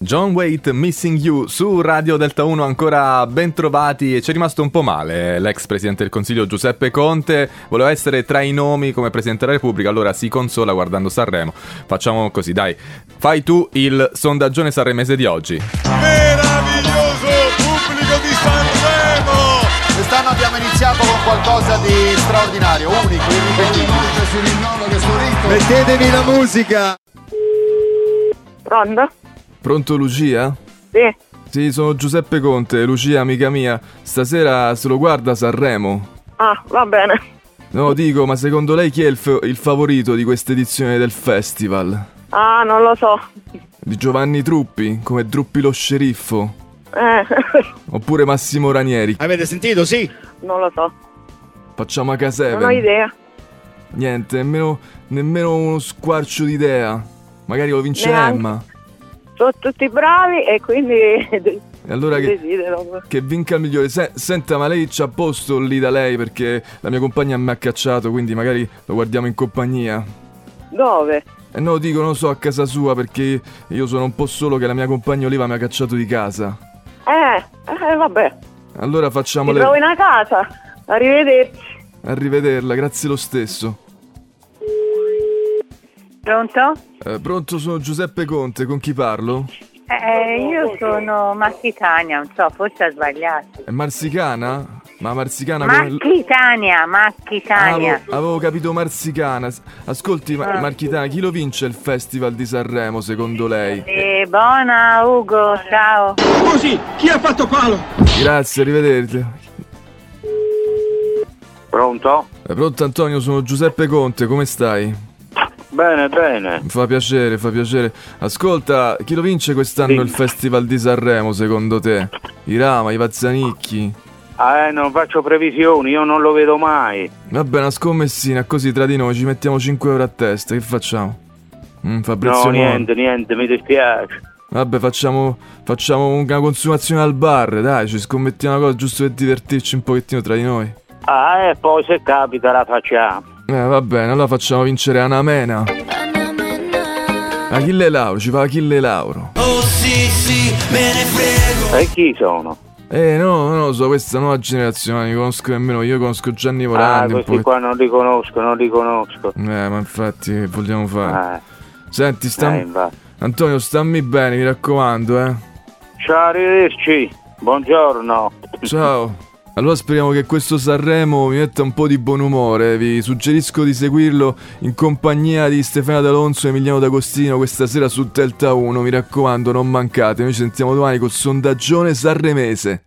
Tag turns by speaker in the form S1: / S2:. S1: John Waite Missing You su Radio Delta 1 ancora ben trovati e ci è rimasto un po' male eh, l'ex presidente del Consiglio Giuseppe Conte voleva essere tra i nomi come presidente della Repubblica allora si consola guardando Sanremo facciamo così dai fai tu il sondaggione sanremese di oggi
S2: Meraviglioso pubblico di Sanremo!
S3: Quest'anno abbiamo iniziato con qualcosa di straordinario, unico, irripetibile.
S4: Mettetemi la musica!
S5: Pronto?
S1: pronto Lucia?
S5: Sì.
S1: Sì sono Giuseppe Conte Lucia amica mia stasera se lo guarda Sanremo
S5: Ah, va bene.
S1: no dico ma secondo lei chi è il, il favorito di questa edizione del festival?
S5: Ah, non lo so.
S1: Di Giovanni Truppi come Truppi lo sceriffo
S5: Eh,
S1: Oppure Massimo Ranieri.
S4: Avete sentito? Sì!
S5: non lo so.
S1: Facciamo a
S5: Non ho
S1: Caseven.
S5: idea.
S1: Niente, nemmeno, nemmeno uno squarcio di idea. Magari lo vince
S5: Neanche.
S1: Emma.
S5: Sono tutti bravi e quindi
S1: E allora che,
S5: desidero.
S1: che vinca il migliore. Se- senta, ma lei c'ha posto lì da lei perché la mia compagna mi ha cacciato, quindi magari lo guardiamo in compagnia.
S5: Dove?
S1: E no, dico, non so, a casa sua perché io sono un po' solo che la mia compagna Oliva mi ha cacciato di casa.
S5: Eh, eh vabbè.
S1: Allora facciamo
S5: Mi
S1: le...
S5: trovo in una casa. Arrivederci.
S1: Arrivederla, grazie lo stesso.
S6: Pronto?
S1: Eh, pronto, sono Giuseppe Conte, con chi parlo?
S6: Eh, io sono Massitania, non so, forse ha sbagliato.
S1: È marsicana? Ma marsicana come...
S6: Macchitania,
S1: Ah,
S6: Macchitania.
S1: avevo, avevo capito marsicana. S- Ascolti,
S7: Ah.
S1: ma- Marchitana, chi lo vince il Festival di Sanremo secondo lei?
S6: Eh, buona Ugo, ciao.
S8: Scusi, chi ha fatto palo?
S1: Grazie, arrivederti.
S7: Pronto?
S1: Eh, Pronto Antonio, sono Giuseppe Conte, come stai? Mi
S7: Bene, bene.
S1: fa piacere, fa piacere. Ascolta, chi lo vince quest'anno il Festival di Sanremo secondo te? I Rama, i Vazzanicchi?
S7: Ah, eh, non faccio previsioni, io non lo vedo mai.
S1: Va bene, una scommessina, così tra di noi ci mettiamo 5 euro a testa, che facciamo? Mm, Fabrizio
S7: no,
S1: Monaco.
S7: niente, niente, mi dispiace.
S1: Vabbè, facciamo, facciamo una consumazione al bar, dai, ci scommettiamo una cosa giusto per divertirci un pochettino tra di noi.
S7: Ah, e poi se capita la facciamo.
S1: Eh, va bene, allora facciamo vincere Anamena. Achille Lauro, ci fa Achille Lauro.
S7: E chi sono?
S1: Eh, no, non lo so, questa nuova generazione, non li conosco nemmeno io, conosco Gianni
S7: Ah,
S1: Morandi un po'.
S7: questi qua non li conosco, non li conosco.
S1: Eh, ma infatti, che vogliamo fare?
S7: Ah,
S1: Senti,
S7: eh,
S1: stam...
S7: infatti.
S1: Antonio, stammi bene, mi raccomando, eh.
S7: Ciao, arrivederci. Buongiorno.
S1: Ciao. Allora speriamo che questo Sanremo vi metta un po' di buon umore. Vi suggerisco di seguirlo in compagnia di Stefano D'Alonso e Emiliano D'Agostino questa sera su Delta 1. Mi raccomando, non mancate. Noi ci sentiamo domani col sondaggione sanremese.